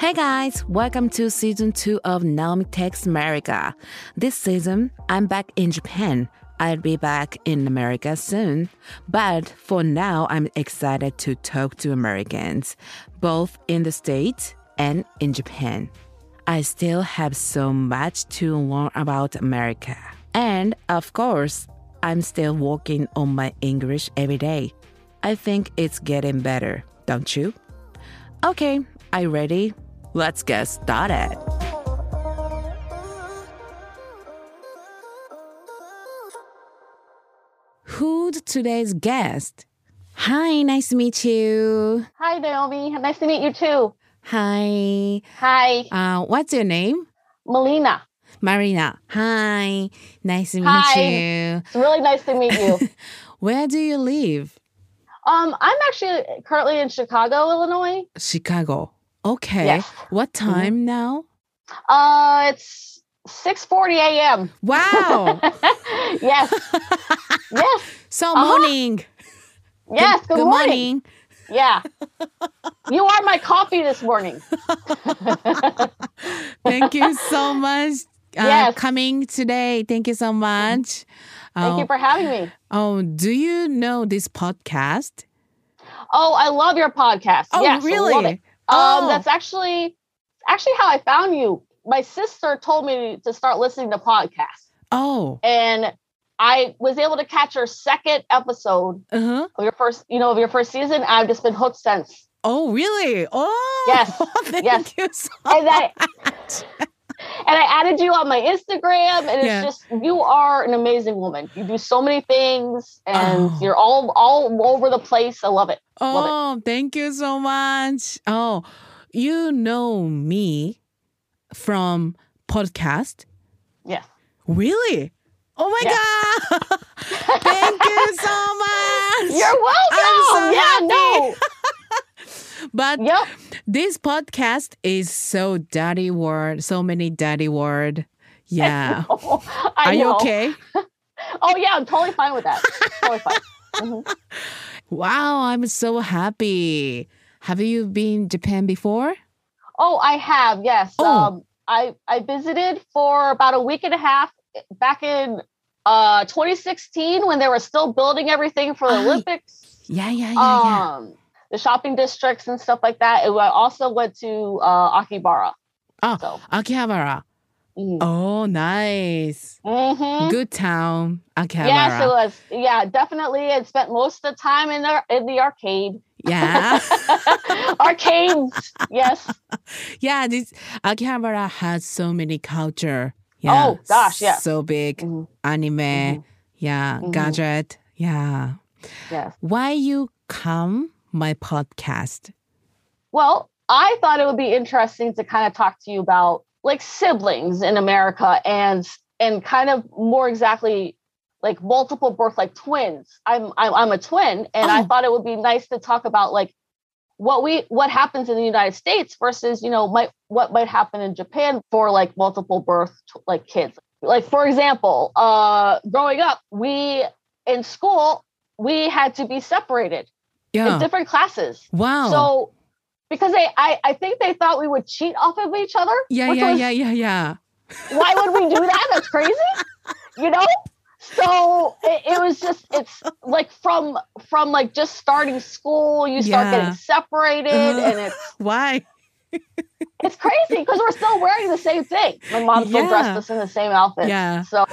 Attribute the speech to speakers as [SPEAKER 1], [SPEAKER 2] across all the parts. [SPEAKER 1] Hey guys, welcome to season 2 of Naomi Takes America. This season, I'm back in Japan. I'll be back in America soon. But for now, I'm excited to talk to Americans, both in the States and in Japan. I still have so much to learn about America. And of course, I'm still working on my English every day. I think it's getting better, don't you? Okay, are you ready? Let's get started. Who's today's guest? Hi, nice to meet you.
[SPEAKER 2] Hi, Naomi. Nice to meet you too.
[SPEAKER 1] Hi.
[SPEAKER 2] Hi,
[SPEAKER 1] Uh, what's your name?
[SPEAKER 2] Melina.
[SPEAKER 1] Marina. Hi. Nice to meet
[SPEAKER 2] Hi.
[SPEAKER 1] you.
[SPEAKER 2] It's really nice to meet you.
[SPEAKER 1] Where do you live?
[SPEAKER 2] um, I'm actually currently in Chicago, Illinois.
[SPEAKER 1] Chicago. Okay.
[SPEAKER 2] Yes. Mm-hmm.
[SPEAKER 1] What time now?
[SPEAKER 2] Uh, it's 6:40 a.m.
[SPEAKER 1] Wow.
[SPEAKER 2] yes, yes,
[SPEAKER 1] so
[SPEAKER 2] Uh-huh.
[SPEAKER 1] morning.
[SPEAKER 2] yes. Good, morning.
[SPEAKER 1] morning.
[SPEAKER 2] Yeah, you are my coffee this morning.
[SPEAKER 1] Thank you so much. Uh,
[SPEAKER 2] Yes.
[SPEAKER 1] coming today. Thank you so much.
[SPEAKER 2] Thank you for having me.
[SPEAKER 1] oh, do you know this podcast?
[SPEAKER 2] Oh, I love your podcast.
[SPEAKER 1] Oh,
[SPEAKER 2] yes, I
[SPEAKER 1] really?
[SPEAKER 2] Love it.
[SPEAKER 1] Oh.
[SPEAKER 2] Um, that's actually actually how I found you. My sister told me to start listening to podcasts.
[SPEAKER 1] Oh,
[SPEAKER 2] and I was able to catch your second episode
[SPEAKER 1] uh-huh.
[SPEAKER 2] of your first, you know, of your first season. I've just been hooked since.
[SPEAKER 1] Oh, really? Oh,
[SPEAKER 2] Yes.
[SPEAKER 1] Thank
[SPEAKER 2] Yes.
[SPEAKER 1] you so
[SPEAKER 2] And I
[SPEAKER 1] much.
[SPEAKER 2] and I added you on my Instagram, and
[SPEAKER 1] Yeah.
[SPEAKER 2] it's just you are an amazing woman. You do so many things, and
[SPEAKER 1] Oh.
[SPEAKER 2] you're all all over the place. I love it. Love it.
[SPEAKER 1] Oh, thank you so much. Oh, you know me from podcast.
[SPEAKER 2] Yes.
[SPEAKER 1] Really? Oh my god! thank you so much.
[SPEAKER 2] You're welcome.
[SPEAKER 1] so
[SPEAKER 2] yeah,
[SPEAKER 1] happy.
[SPEAKER 2] no.
[SPEAKER 1] but
[SPEAKER 2] Yep.
[SPEAKER 1] this podcast is so dirty word, so many dirty word. Yeah.
[SPEAKER 2] I
[SPEAKER 1] Oh. Are you
[SPEAKER 2] know.
[SPEAKER 1] okay?
[SPEAKER 2] Oh yeah, I'm totally fine with that. totally fine. Mhm.
[SPEAKER 1] Wow, I'm so happy. Have you been Japan before?
[SPEAKER 2] Oh, I have. Yes.
[SPEAKER 1] Oh.
[SPEAKER 2] Um, I I visited for about a week and a half eh, back in uh 2016 when they were still building everything for the
[SPEAKER 1] Ah,
[SPEAKER 2] Olympics.
[SPEAKER 1] Yeah, yeah, yeah, yeah.
[SPEAKER 2] Um, the shopping districts and stuff like that. And I also went to uh, Akihabara.
[SPEAKER 1] Oh.
[SPEAKER 2] So.
[SPEAKER 1] Akihabara.
[SPEAKER 2] Mm.
[SPEAKER 1] Oh, nice.
[SPEAKER 2] Mhm.
[SPEAKER 1] Good town, Akihabara.
[SPEAKER 2] Yes, it was. Yeah, definitely. And spent most of the time in the in the arcade.
[SPEAKER 1] yeah,
[SPEAKER 2] Arcades. Yes.
[SPEAKER 1] yeah. This Akihabara has so many culture. Yeah.
[SPEAKER 2] Oh, gosh, yeah.
[SPEAKER 1] So big
[SPEAKER 2] Mhm.
[SPEAKER 1] anime.
[SPEAKER 2] Mhm.
[SPEAKER 1] Yeah,
[SPEAKER 2] Mhm.
[SPEAKER 1] gadget. Yeah.
[SPEAKER 2] Yes.
[SPEAKER 1] Why you come my podcast?
[SPEAKER 2] Well, I thought it would be interesting to kind of talk to you about like siblings in America and and kind of more exactly like multiple birth like twins. I'm I'm, I'm a twin and I
[SPEAKER 1] Oh.
[SPEAKER 2] thought it would be nice to talk about like what we what happens in the United States versus, you know, might what might happen in Japan for like multiple birth tw- like kids. Like for example, uh growing up, we in school we had to be separated in
[SPEAKER 1] Yeah.
[SPEAKER 2] different classes.
[SPEAKER 1] Wow.
[SPEAKER 2] So because they I, I think they thought we would cheat off of each other.
[SPEAKER 1] yeah,
[SPEAKER 2] which
[SPEAKER 1] yeah,
[SPEAKER 2] was-
[SPEAKER 1] yeah, yeah, yeah.
[SPEAKER 2] Why would we do that? That's crazy. You know? So it, it was just it's like from from like just starting school, you start
[SPEAKER 1] Yeah.
[SPEAKER 2] getting separated
[SPEAKER 1] Uh-huh.
[SPEAKER 2] and it's
[SPEAKER 1] Why?
[SPEAKER 2] it's crazy because we're still wearing the same thing. My mom still
[SPEAKER 1] Yeah.
[SPEAKER 2] dressed us in the same outfit.
[SPEAKER 1] Yeah.
[SPEAKER 2] So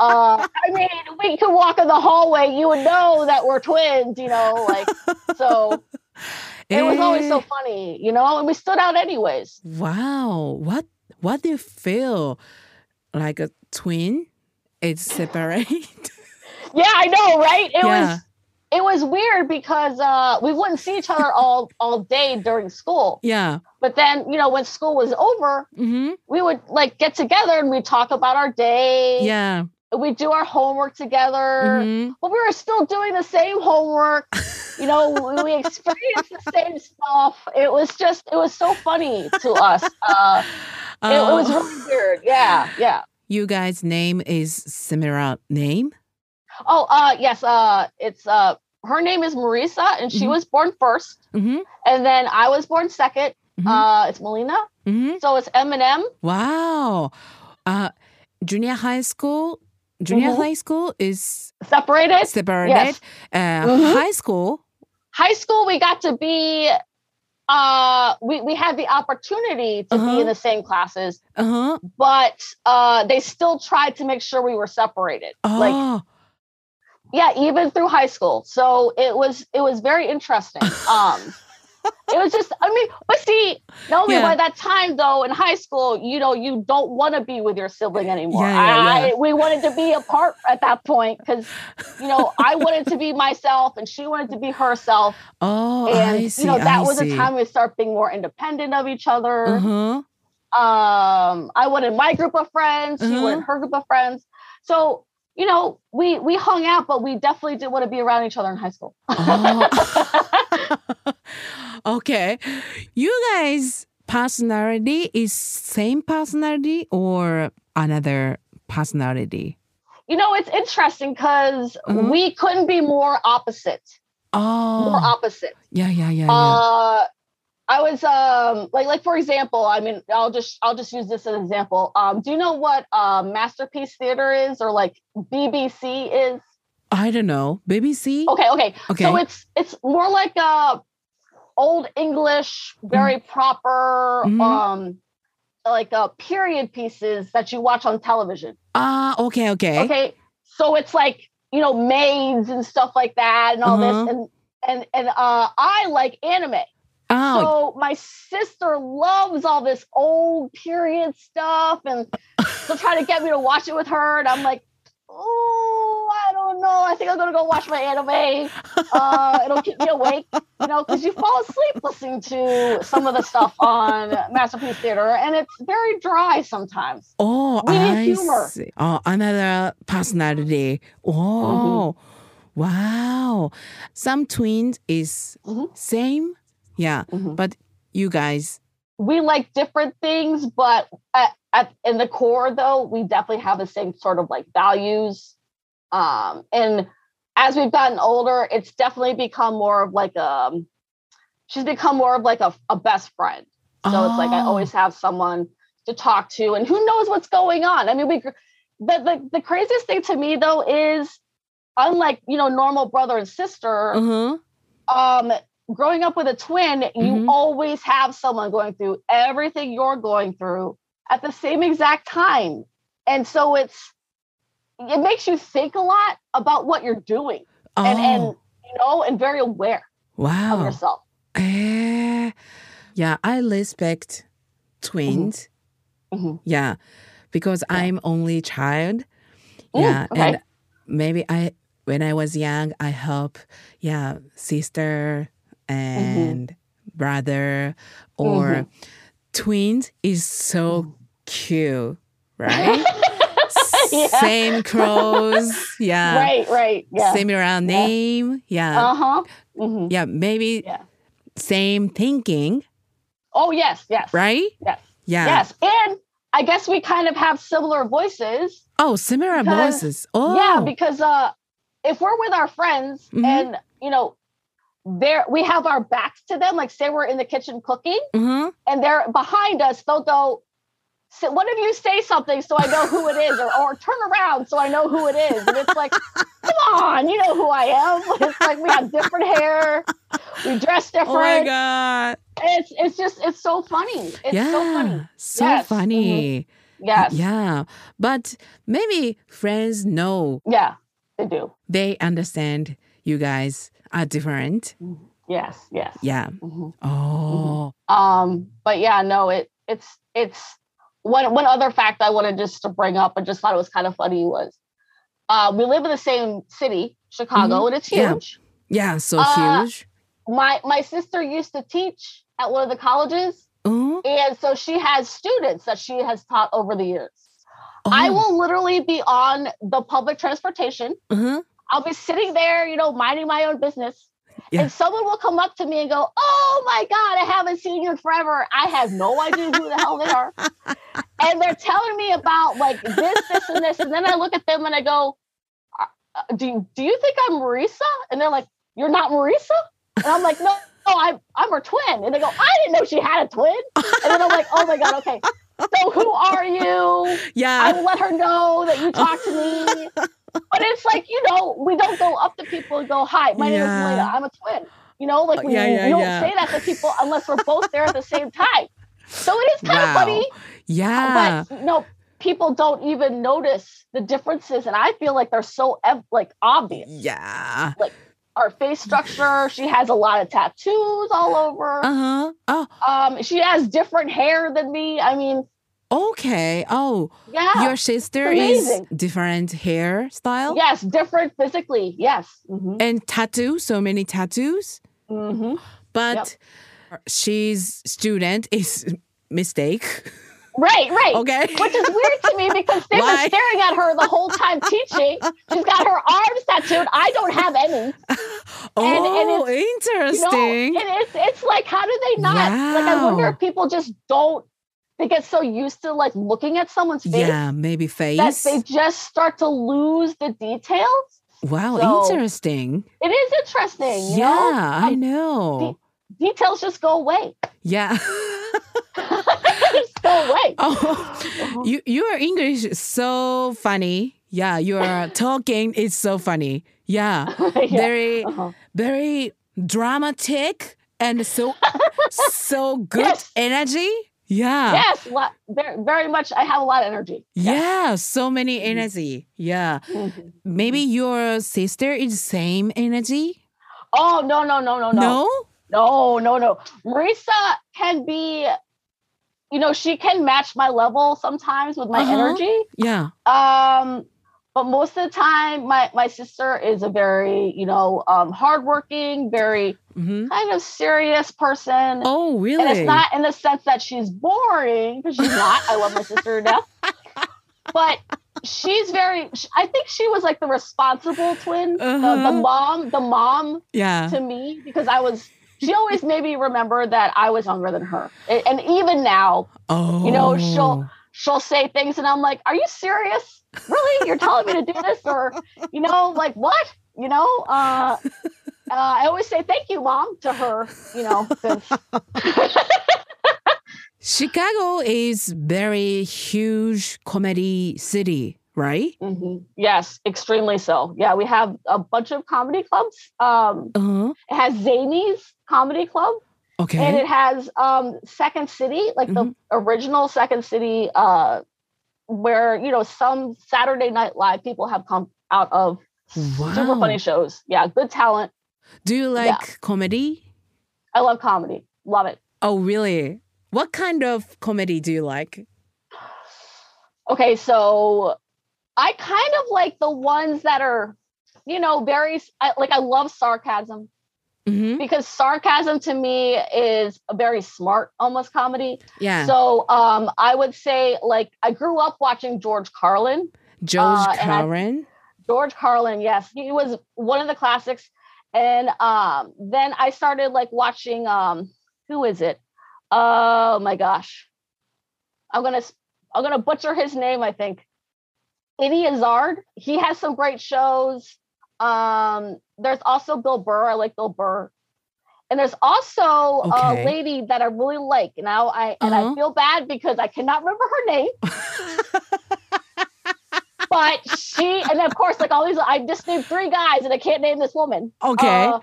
[SPEAKER 2] uh, I mean, we could walk in the hallway, you would know that we're twins, you know, like so it was always so
[SPEAKER 1] Eh,
[SPEAKER 2] funny, you know, and we stood out anyways.
[SPEAKER 1] Wow. What? What do you feel like a twin? It's separate.
[SPEAKER 2] Yeah, I know, right? It
[SPEAKER 1] Yeah.
[SPEAKER 2] was it was weird because uh, we wouldn't see each other all all day during school.
[SPEAKER 1] yeah.
[SPEAKER 2] But then, you know, when school was over,
[SPEAKER 1] Mm-hmm.
[SPEAKER 2] we would like get together and we'd talk about our day.
[SPEAKER 1] Yeah.
[SPEAKER 2] We'd do our homework together.
[SPEAKER 1] Mhm.
[SPEAKER 2] But we were still doing the same homework. You know, we- we experienced the same stuff. It was just, it was so funny to us. Uh, it, it was
[SPEAKER 1] Oh.
[SPEAKER 2] really weird. Yeah, yeah.
[SPEAKER 1] You guys' name is similar name.
[SPEAKER 2] Oh, uh, yes. Uh, it's uh, her name is Marisa, and she
[SPEAKER 1] Mhm.
[SPEAKER 2] was born first.
[SPEAKER 1] Mm-hmm.
[SPEAKER 2] And then I was born second,
[SPEAKER 1] Mhm.
[SPEAKER 2] Uh, it's Melina.
[SPEAKER 1] hmm
[SPEAKER 2] So it's Eminem.
[SPEAKER 1] Wow. Uh, junior high school, junior
[SPEAKER 2] Mhm.
[SPEAKER 1] high school is
[SPEAKER 2] Separated.
[SPEAKER 1] separated.
[SPEAKER 2] yes.
[SPEAKER 1] Uh,
[SPEAKER 2] Mhm.
[SPEAKER 1] High school.
[SPEAKER 2] High school, we got to be. Uh, we we had the opportunity to
[SPEAKER 1] Uh-huh.
[SPEAKER 2] be in the same classes,
[SPEAKER 1] Uh huh.
[SPEAKER 2] but uh, they still tried to make sure we were separated.
[SPEAKER 1] Oh.
[SPEAKER 2] Like yeah even through high school so it was it was very interesting um it was just i mean but see Naomi,
[SPEAKER 1] Yeah.
[SPEAKER 2] by that time though in high school you know you don't want to be with your sibling anymore
[SPEAKER 1] Yeah, yeah,
[SPEAKER 2] I-
[SPEAKER 1] yeah.
[SPEAKER 2] we wanted to be apart at that point because you know i wanted to be myself and she wanted to be herself
[SPEAKER 1] oh.
[SPEAKER 2] and
[SPEAKER 1] I see.
[SPEAKER 2] you know that
[SPEAKER 1] I
[SPEAKER 2] was
[SPEAKER 1] see.
[SPEAKER 2] a time we start being more independent of each other
[SPEAKER 1] Uh huh.
[SPEAKER 2] um i wanted my group of friends she
[SPEAKER 1] Uh-huh.
[SPEAKER 2] wanted her group of friends so you know we we hung out but we definitely did want to be around each other in high school
[SPEAKER 1] Oh. okay. You guys personality is same personality or another personality?
[SPEAKER 2] you know it's interesting because
[SPEAKER 1] Mhm.
[SPEAKER 2] we couldn't be more opposite more
[SPEAKER 1] Oh.
[SPEAKER 2] opposite
[SPEAKER 1] Yeah, yeah, yeah, yeah.
[SPEAKER 2] uh i was um like like for example i mean i'll just i'll just use this as an example um do you know what uh masterpiece theater is or like bbc is
[SPEAKER 1] I don't know. BBC?
[SPEAKER 2] okay okay
[SPEAKER 1] Okay.
[SPEAKER 2] So it's it's more like a old English, very
[SPEAKER 1] Mm.
[SPEAKER 2] proper,
[SPEAKER 1] Mhm.
[SPEAKER 2] um, like uh, period pieces that you watch on television.
[SPEAKER 1] ah, okay, okay.
[SPEAKER 2] Okay. so it's like you know maids and stuff like that, and all
[SPEAKER 1] Uh-huh.
[SPEAKER 2] this, and and and uh, I like anime.
[SPEAKER 1] Oh,
[SPEAKER 2] So my sister loves all this old period stuff, and she'll try to get me to watch it with her, and I'm like, oh, I don't know. I think I'm gonna go watch my anime. Uh, it'll keep me awake, you know, because you fall asleep listening to some of the stuff on Masterpiece Theater, and it's very dry sometimes.
[SPEAKER 1] oh,
[SPEAKER 2] we need
[SPEAKER 1] I
[SPEAKER 2] humor.
[SPEAKER 1] see.
[SPEAKER 2] Mm-hmm.
[SPEAKER 1] Oh, another personality. Oh, wow. Some twins is
[SPEAKER 2] Mhm.
[SPEAKER 1] same. Yeah,
[SPEAKER 2] Mhm.
[SPEAKER 1] but you guys.
[SPEAKER 2] We like different things, but at, at in the core, though, we definitely have the same sort of like values. Um, and as we've gotten older, it's definitely become more of like a. She's become more of like a, a best friend. So it's like I
[SPEAKER 1] Oh.
[SPEAKER 2] always have someone to talk to, and who knows what's going on. I mean, we. gr- The the, the craziest thing to me though is, unlike you know normal brother and sister,
[SPEAKER 1] Uh-huh.
[SPEAKER 2] um growing up with a twin
[SPEAKER 1] Mhm.
[SPEAKER 2] you always have someone going through everything you're going through at the same exact time and so it's it makes you think a lot about what you're doing
[SPEAKER 1] Oh,
[SPEAKER 2] and and you know and very aware of
[SPEAKER 1] wow.
[SPEAKER 2] yourself
[SPEAKER 1] Eh, yeah, I respect twins.
[SPEAKER 2] Mhm.
[SPEAKER 1] Yeah, because
[SPEAKER 2] Yeah.
[SPEAKER 1] I'm only child.
[SPEAKER 2] Mm,
[SPEAKER 1] yeah,
[SPEAKER 2] okay.
[SPEAKER 1] and maybe I when I was young, I help yeah sister
[SPEAKER 2] Mm-hmm.
[SPEAKER 1] and brother or
[SPEAKER 2] Mm-hmm.
[SPEAKER 1] twins is so cute, right?
[SPEAKER 2] Yeah.
[SPEAKER 1] Same clothes, yeah.
[SPEAKER 2] right right yeah
[SPEAKER 1] Similar name, yeah,
[SPEAKER 2] uh-huh Mhm.
[SPEAKER 1] yeah. Maybe
[SPEAKER 2] Yeah.
[SPEAKER 1] same thinking,
[SPEAKER 2] oh yes yes
[SPEAKER 1] right?
[SPEAKER 2] yes
[SPEAKER 1] Yeah.
[SPEAKER 2] yes and i guess we kind of have similar voices
[SPEAKER 1] Oh, similar
[SPEAKER 2] Because-
[SPEAKER 1] voices. Oh,
[SPEAKER 2] Yeah, because uh, if we're with our friends
[SPEAKER 1] Mhm.
[SPEAKER 2] and you know, there we have our backs to them. Like say we're in the kitchen cooking
[SPEAKER 1] Mhm.
[SPEAKER 2] and they're behind us. They'll go. "Say- One of you say something so I know who it is, or, or turn around so I know who it is. And it's like, come on, you know who I am. It's like we have different hair, we dress
[SPEAKER 1] Oh my
[SPEAKER 2] different.
[SPEAKER 1] god.
[SPEAKER 2] it's it's just it's so funny. It's
[SPEAKER 1] yeah.
[SPEAKER 2] so funny.
[SPEAKER 1] So
[SPEAKER 2] Yes. Mm-hmm.
[SPEAKER 1] funny.
[SPEAKER 2] Yes. Yeah.
[SPEAKER 1] Yeah. But maybe friends know
[SPEAKER 2] yeah, they do.
[SPEAKER 1] they understand you guys are different.
[SPEAKER 2] Yes. Yes.
[SPEAKER 1] Yeah.
[SPEAKER 2] Mhm.
[SPEAKER 1] Oh.
[SPEAKER 2] um but yeah no it it's it's one one other fact i wanted just to bring up i just thought it was kind of funny was uh we live in the same city chicago and it's
[SPEAKER 1] Mm-hmm. Yeah.
[SPEAKER 2] huge
[SPEAKER 1] Yeah. So
[SPEAKER 2] Uh,
[SPEAKER 1] huge.
[SPEAKER 2] my my sister used to teach at one of the colleges
[SPEAKER 1] Oh.
[SPEAKER 2] and so she has students that she has taught over the years i
[SPEAKER 1] Oh.
[SPEAKER 2] will literally be on the public transportation
[SPEAKER 1] Uh-huh.
[SPEAKER 2] i'll be sitting there you know minding my own business
[SPEAKER 1] Yeah.
[SPEAKER 2] And someone will come up to me and go, "Oh my God, I haven't seen you in forever. I have no idea who the hell they are." and they're telling me about like this, this, and this. And then I look at them and I go, uh, "Do you, do you think I'm Marisa?" And they're like, "You're not Marisa." And I'm like, "No, oh, I'm I'm her twin, and they go, I didn't know she had a twin, and then I'm like, oh my god, okay. So who are you? I
[SPEAKER 1] Yeah.
[SPEAKER 2] will let her know that you talked to me. But it's like, you know, we don't go up to people and go, hi, my name
[SPEAKER 1] Yeah.
[SPEAKER 2] is Lena. I'm a twin. You know, like
[SPEAKER 1] Uh,
[SPEAKER 2] we,
[SPEAKER 1] yeah, yeah,
[SPEAKER 2] we don't
[SPEAKER 1] yeah.
[SPEAKER 2] say that to people unless we're both there at the same time. So it is kind
[SPEAKER 1] Wow. Ah.
[SPEAKER 2] of funny,
[SPEAKER 1] Yeah.
[SPEAKER 2] but no, people don't even notice the differences. And I feel like they're so ev- like obvious.
[SPEAKER 1] Yeah.
[SPEAKER 2] Our face structure, she has a lot of tattoos all over.
[SPEAKER 1] Uh-huh. Oh,
[SPEAKER 2] Um, she has different hair than me. I mean,
[SPEAKER 1] okay. Oh,
[SPEAKER 2] yeah.
[SPEAKER 1] your sister is
[SPEAKER 2] amazing.
[SPEAKER 1] different hairstyle
[SPEAKER 2] yes, different physically. Yes. hmm
[SPEAKER 1] and tattoo, so many tattoos,
[SPEAKER 2] hmm
[SPEAKER 1] but she's student is mistake.
[SPEAKER 2] Right, right.
[SPEAKER 1] Okay.
[SPEAKER 2] Which is weird to me because they've
[SPEAKER 1] Why?
[SPEAKER 2] been staring at her the whole time teaching. She's got her arms tattooed. I don't have any.
[SPEAKER 1] oh,
[SPEAKER 2] You know,
[SPEAKER 1] interesting.
[SPEAKER 2] and it's it's like how do they not? Like I wonder
[SPEAKER 1] Wow.
[SPEAKER 2] if people just don't. They get so used to like looking at someone's face
[SPEAKER 1] yeah, maybe
[SPEAKER 2] that
[SPEAKER 1] face.
[SPEAKER 2] they just start to lose the details.
[SPEAKER 1] Wow,
[SPEAKER 2] So-
[SPEAKER 1] interesting.
[SPEAKER 2] It is interesting. You
[SPEAKER 1] yeah,
[SPEAKER 2] know? Um,
[SPEAKER 1] I know.
[SPEAKER 2] details just go away.
[SPEAKER 1] yeah.
[SPEAKER 2] just go away.
[SPEAKER 1] oh, you your English is so funny. Yeah, your talking is so funny. Yeah,
[SPEAKER 2] Yeah.
[SPEAKER 1] very
[SPEAKER 2] Uh-huh.
[SPEAKER 1] very dramatic and so so good
[SPEAKER 2] Yes.
[SPEAKER 1] energy. Yeah.
[SPEAKER 2] Yes, lo- very, very much. I have a lot of energy.
[SPEAKER 1] Yeah, so many energy. Yeah.
[SPEAKER 2] Mhm.
[SPEAKER 1] Maybe your sister is same energy?
[SPEAKER 2] Oh no no no no no No, no, no. Marisa can be, you know, she can match my level sometimes with my
[SPEAKER 1] Uh-huh.
[SPEAKER 2] energy.
[SPEAKER 1] Yeah.
[SPEAKER 2] Um, but most of the time, my my sister is a very, you know, um, hardworking, very
[SPEAKER 1] hmm
[SPEAKER 2] kind of serious person.
[SPEAKER 1] Oh, really?
[SPEAKER 2] And it's not in the sense that she's boring, because she's not. I love my sister to death. But she's very. sh- I think she was like the responsible twin, the,
[SPEAKER 1] Uh-huh.
[SPEAKER 2] the mom, the mom
[SPEAKER 1] yeah.
[SPEAKER 2] to me because I was. She always made me remember that I was younger than her, A- and even now
[SPEAKER 1] Oh.
[SPEAKER 2] know, she'll- she'll say things, and I'm like, "Are you serious? Really? You're telling me to do this?" Or, you know, like what? You know, uh, uh, I always say thank you, mom, to her. You know, since
[SPEAKER 1] Chicago is very huge comedy city, right?
[SPEAKER 2] Mhm. yes, extremely so. Yeah, we have a bunch of comedy clubs. Um,
[SPEAKER 1] Uh-huh.
[SPEAKER 2] it has Zany's Comedy Club.
[SPEAKER 1] Okay.
[SPEAKER 2] and it has um second city like
[SPEAKER 1] Mhm.
[SPEAKER 2] the original second city uh where you know some saturday night live people have come out of super
[SPEAKER 1] Wow.
[SPEAKER 2] funny shows yeah good talent
[SPEAKER 1] Do you like
[SPEAKER 2] yeah.
[SPEAKER 1] comedy?
[SPEAKER 2] i love comedy love it
[SPEAKER 1] Oh, really? What kind of comedy do you like?
[SPEAKER 2] okay so i kind of like the ones that are you know very I, like i love sarcasm
[SPEAKER 1] hmm
[SPEAKER 2] because sarcasm to me is a very smart almost comedy
[SPEAKER 1] Yeah.
[SPEAKER 2] so um i would say like i grew up watching george carlin
[SPEAKER 1] George
[SPEAKER 2] uh, and I-
[SPEAKER 1] Carlin.
[SPEAKER 2] George Carlin, yes, he was one of the classics. And um, then I started like watching um, who is it? Oh my gosh, I'm gonna s- I'm gonna butcher his name. I think Idi Azard. He has some great shows. Um, there's also Bill Burr. I like Bill Burr. And there's also uh,
[SPEAKER 1] Okay.
[SPEAKER 2] a lady that I really like. Now I and
[SPEAKER 1] Uh-huh.
[SPEAKER 2] I feel bad because I cannot remember her name but she and of course like all these i just named three guys and i can't name this woman
[SPEAKER 1] okay.
[SPEAKER 2] Uh,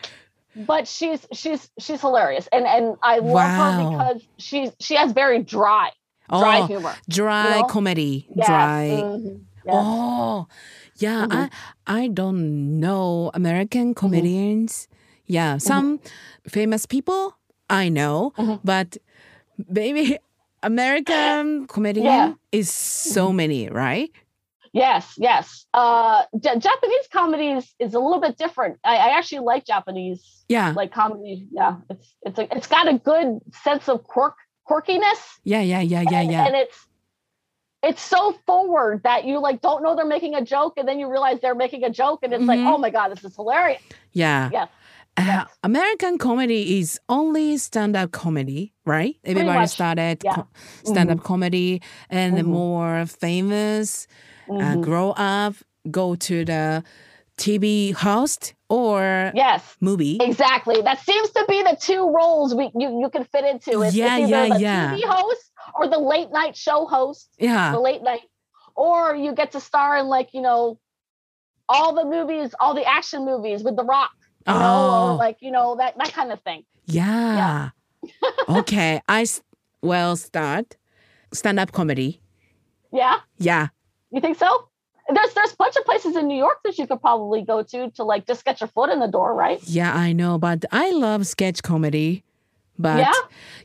[SPEAKER 2] but she's she's she's hilarious and and i love
[SPEAKER 1] Wow.
[SPEAKER 2] her because she's she has very dry dry
[SPEAKER 1] oh,
[SPEAKER 2] humor
[SPEAKER 1] dry
[SPEAKER 2] you know?
[SPEAKER 1] comedy.
[SPEAKER 2] yes.
[SPEAKER 1] Dry.
[SPEAKER 2] mhm, yes.
[SPEAKER 1] Oh, yeah.
[SPEAKER 2] Mhm.
[SPEAKER 1] I I don't know
[SPEAKER 2] Mm-hmm.
[SPEAKER 1] American comedians. Yeah, some famous people I know,
[SPEAKER 2] Mhm.
[SPEAKER 1] but maybe American comedian is so
[SPEAKER 2] Mm-hmm.
[SPEAKER 1] many, right?
[SPEAKER 2] yes yes uh Ja- japanese comedies is a little bit different i, I actually like japanese
[SPEAKER 1] Yeah,
[SPEAKER 2] like comedy yeah it's it's a, it's got a good sense of quirk quirkiness
[SPEAKER 1] yeah, yeah, yeah, yeah,
[SPEAKER 2] and,
[SPEAKER 1] yeah.
[SPEAKER 2] and it's it's so forward that you like don't know they're making a joke and then you realize they're making a joke and it's
[SPEAKER 1] Mhm.
[SPEAKER 2] like oh my god this is hilarious
[SPEAKER 1] Yeah.
[SPEAKER 2] Yes,
[SPEAKER 1] Uh,
[SPEAKER 2] yes.
[SPEAKER 1] American comedy is only stand up comedy, right? Everybody
[SPEAKER 2] much,
[SPEAKER 1] started
[SPEAKER 2] yeah.
[SPEAKER 1] stand up comedy and the
[SPEAKER 2] Mhm.
[SPEAKER 1] more famous uh,
[SPEAKER 2] Mhm.
[SPEAKER 1] grow up, go to the TV host or
[SPEAKER 2] Mm-hmm. Yes.
[SPEAKER 1] movie.
[SPEAKER 2] Exactly. That seems to be the two roles we you, you can fit into. It's,
[SPEAKER 1] Yeah,
[SPEAKER 2] it's
[SPEAKER 1] yeah,
[SPEAKER 2] either the
[SPEAKER 1] yeah.
[SPEAKER 2] TV host or the late night show host,
[SPEAKER 1] Yeah.
[SPEAKER 2] the late night, or you get to star in like you know, all the movies, all the action movies with The Rock, you know, or
[SPEAKER 1] Oh,
[SPEAKER 2] like you know that that kind of thing.
[SPEAKER 1] yeah. okay. I s- will start stand up comedy.
[SPEAKER 2] Yeah,
[SPEAKER 1] Yeah.
[SPEAKER 2] you think so? There's there's a bunch of places in New York that you could probably go to to like just get your foot in the door, right?
[SPEAKER 1] Yeah, I know, but I love sketch comedy. But
[SPEAKER 2] Yeah?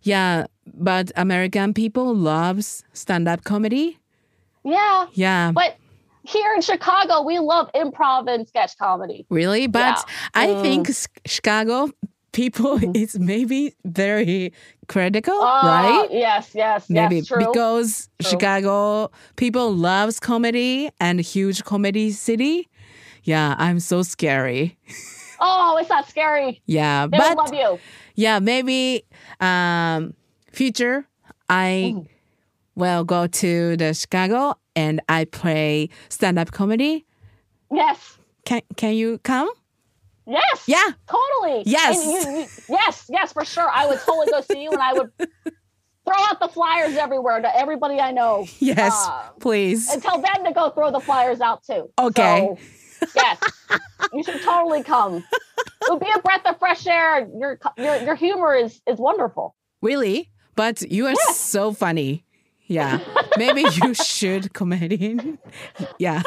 [SPEAKER 1] yeah, but American people loves stand-up comedy.
[SPEAKER 2] Yeah,
[SPEAKER 1] Yeah.
[SPEAKER 2] but here in Chicago, we love improv and sketch comedy.
[SPEAKER 1] Really? But I
[SPEAKER 2] Mm.
[SPEAKER 1] think s- Chicago people
[SPEAKER 2] Mhm.
[SPEAKER 1] is maybe very critical,
[SPEAKER 2] Oh,
[SPEAKER 1] right?
[SPEAKER 2] Yes, yes,
[SPEAKER 1] Maybe
[SPEAKER 2] yes. True.
[SPEAKER 1] because
[SPEAKER 2] True.
[SPEAKER 1] Chicago people loves comedy and huge comedy city. Yeah, I'm so scary.
[SPEAKER 2] oh, it's not scary.
[SPEAKER 1] Yeah,
[SPEAKER 2] They
[SPEAKER 1] but
[SPEAKER 2] don't love you.
[SPEAKER 1] yeah, maybe um future I
[SPEAKER 2] Mhm.
[SPEAKER 1] will go to the Chicago and I play stand up comedy.
[SPEAKER 2] Yes,
[SPEAKER 1] Can can you come?
[SPEAKER 2] yes.
[SPEAKER 1] Yeah.
[SPEAKER 2] Totally.
[SPEAKER 1] Yes.
[SPEAKER 2] And you- you- yes, yes, for sure. I would totally go see you, and I would throw out the flyers everywhere to everybody I know.
[SPEAKER 1] Yes.
[SPEAKER 2] Um,
[SPEAKER 1] please.
[SPEAKER 2] and tell them to go throw the flyers out too.
[SPEAKER 1] Okay.
[SPEAKER 2] So, yes, you should totally come. It would be a breath of fresh air. Your your your humor is is wonderful.
[SPEAKER 1] Really? But you are
[SPEAKER 2] Yes.
[SPEAKER 1] so funny. Yeah. Maybe you should comedian. Yeah.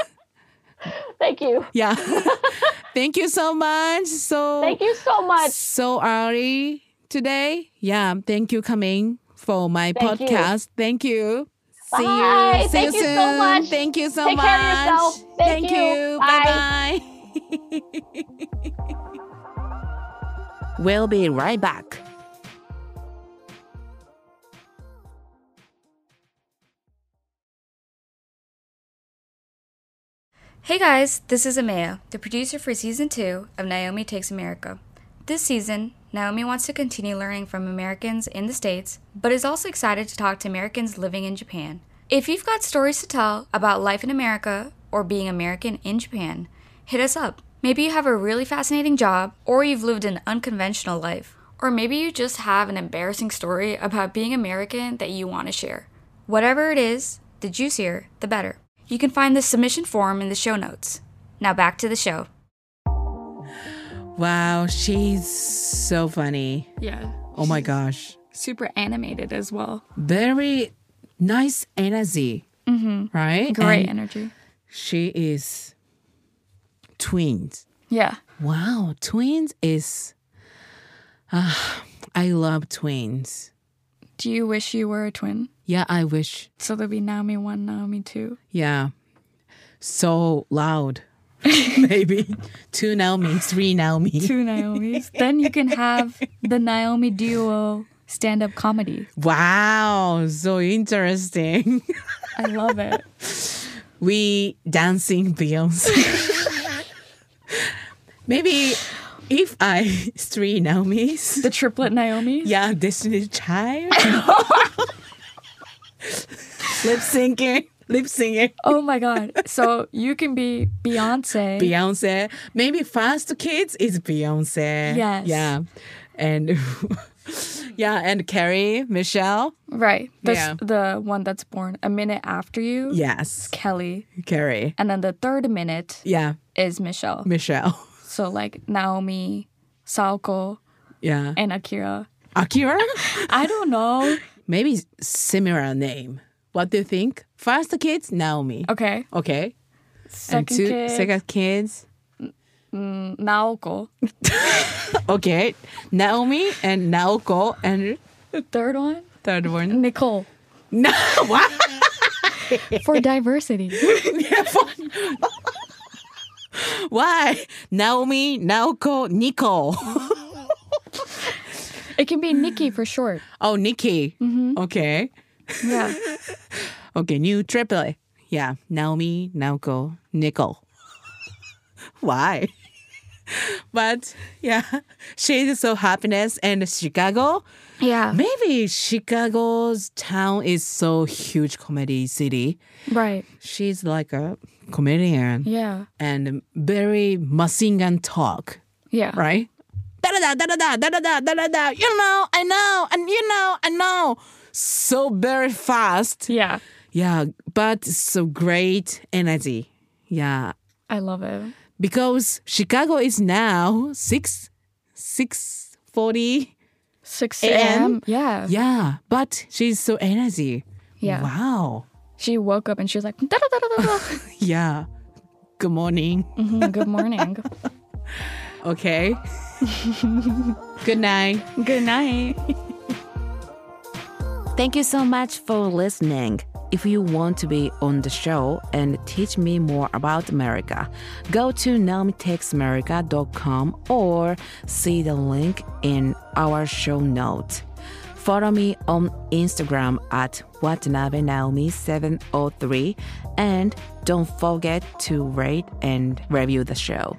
[SPEAKER 2] Thank you.
[SPEAKER 1] Yeah. Thank you so much. So
[SPEAKER 2] Thank you so much.
[SPEAKER 1] so early today. Yeah. Thank you coming for my
[SPEAKER 2] Thank you.
[SPEAKER 1] podcast. Thank you. See
[SPEAKER 2] Bye.
[SPEAKER 1] you. See
[SPEAKER 2] Thank
[SPEAKER 1] you
[SPEAKER 2] you
[SPEAKER 1] soon.
[SPEAKER 2] so much.
[SPEAKER 1] Thank you so
[SPEAKER 2] Take
[SPEAKER 1] much.
[SPEAKER 2] care of yourself. Thank you.
[SPEAKER 1] you. Bye bye. we'll be right back.
[SPEAKER 3] Hey guys, this is Amaya, the producer for season 2 of Naomi Takes America. This season, Naomi wants to continue learning from Americans in the States, but is also excited to talk to Americans living in Japan. If you've got stories to tell about life in America or being American in Japan, hit us up. Maybe you have a really fascinating job, or you've lived an unconventional life, or maybe you just have an embarrassing story about being American that you want to share. Whatever it is, the juicier, the better. You can find the submission form in the show notes. Now back to the show.
[SPEAKER 1] Wow, she's so funny.
[SPEAKER 4] Yeah.
[SPEAKER 1] Oh my gosh.
[SPEAKER 4] Super animated as well.
[SPEAKER 1] Very nice energy. Mm-hmm. Right?
[SPEAKER 4] Great
[SPEAKER 1] And
[SPEAKER 4] energy.
[SPEAKER 1] she is twins.
[SPEAKER 4] Yeah.
[SPEAKER 1] Wow, twins is. Ah, I love twins.
[SPEAKER 4] Do you wish you were a twin?
[SPEAKER 1] Yeah, I wish.
[SPEAKER 4] So there'll be Naomi 1, Naomi 2.
[SPEAKER 1] Yeah. So loud. Maybe two Naomi, three Naomi.
[SPEAKER 4] Two Naomis. then you can have the Naomi duo stand up comedy.
[SPEAKER 1] Wow, so interesting.
[SPEAKER 4] I love it.
[SPEAKER 1] we dancing Beyonce. Maybe if I three Naomi's,
[SPEAKER 4] The triplet Naomi.
[SPEAKER 1] yeah, Destiny Child. lip syncing, lip syncing,
[SPEAKER 4] Oh my God. So you can be Beyonce.
[SPEAKER 1] Beyonce. Maybe first kids is Beyonce.
[SPEAKER 4] Yes.
[SPEAKER 1] Yeah, and yeah, and Carrie Michelle.
[SPEAKER 4] right. That's
[SPEAKER 1] Yeah.
[SPEAKER 4] the one that's born a minute after you.
[SPEAKER 1] Yes,
[SPEAKER 4] Kelly.
[SPEAKER 1] Carrie.
[SPEAKER 4] And then the third minute
[SPEAKER 1] Yeah,
[SPEAKER 4] is Michelle.
[SPEAKER 1] Michelle.
[SPEAKER 4] So like Naomi, Saoko,
[SPEAKER 1] Yeah,
[SPEAKER 4] and Akira.
[SPEAKER 1] Akira.
[SPEAKER 4] I don't know.
[SPEAKER 1] maybe similar name. What do you think? First kids, Naomi.
[SPEAKER 4] Okay.
[SPEAKER 1] Okay.
[SPEAKER 4] Second
[SPEAKER 1] and two
[SPEAKER 4] kid,
[SPEAKER 1] second kids.
[SPEAKER 4] Naoko.
[SPEAKER 1] Okay. Naomi and Naoko and
[SPEAKER 4] Third one,
[SPEAKER 1] third one.
[SPEAKER 4] Nicole.
[SPEAKER 1] No what?
[SPEAKER 4] For diversity.
[SPEAKER 1] Why? Naomi, Naoko, Nico.
[SPEAKER 4] It can be Nikki for short.
[SPEAKER 1] Oh, Nikki. Okay.
[SPEAKER 4] Yeah.
[SPEAKER 1] Okay, new triplet. Yeah. Naomi, Naoko, Nico. Why? But yeah, she's so happiness and Chicago.
[SPEAKER 4] Yeah.
[SPEAKER 1] Maybe Chicago's town is so huge comedy city.
[SPEAKER 4] Right.
[SPEAKER 1] She's like a comedian
[SPEAKER 4] Yeah.
[SPEAKER 1] and very Masingan talk,
[SPEAKER 4] Yeah.
[SPEAKER 1] right? Da da da da da da da da da da da. You know, I know, and you know, I know. So very fast.
[SPEAKER 4] Yeah.
[SPEAKER 1] Yeah, but so great energy. Yeah,
[SPEAKER 4] I love it.
[SPEAKER 1] because Chicago is now six six forty.
[SPEAKER 4] 6
[SPEAKER 1] AM?
[SPEAKER 4] a.m. Yeah.
[SPEAKER 1] Yeah, but she's so energy.
[SPEAKER 4] Yeah.
[SPEAKER 1] Wow.
[SPEAKER 4] She woke up and she was like, da da da da da.
[SPEAKER 1] Yeah. Good morning.
[SPEAKER 4] Mhm, Good morning.
[SPEAKER 1] Okay. Good night.
[SPEAKER 4] Good night.
[SPEAKER 1] Thank you so much for listening. If you want to be on the show and teach me more about America, go to naomitexamerica.com or see the link in our show notes. Follow me on Instagram at Watanabe Naomi 703 and don't forget to rate and review the show.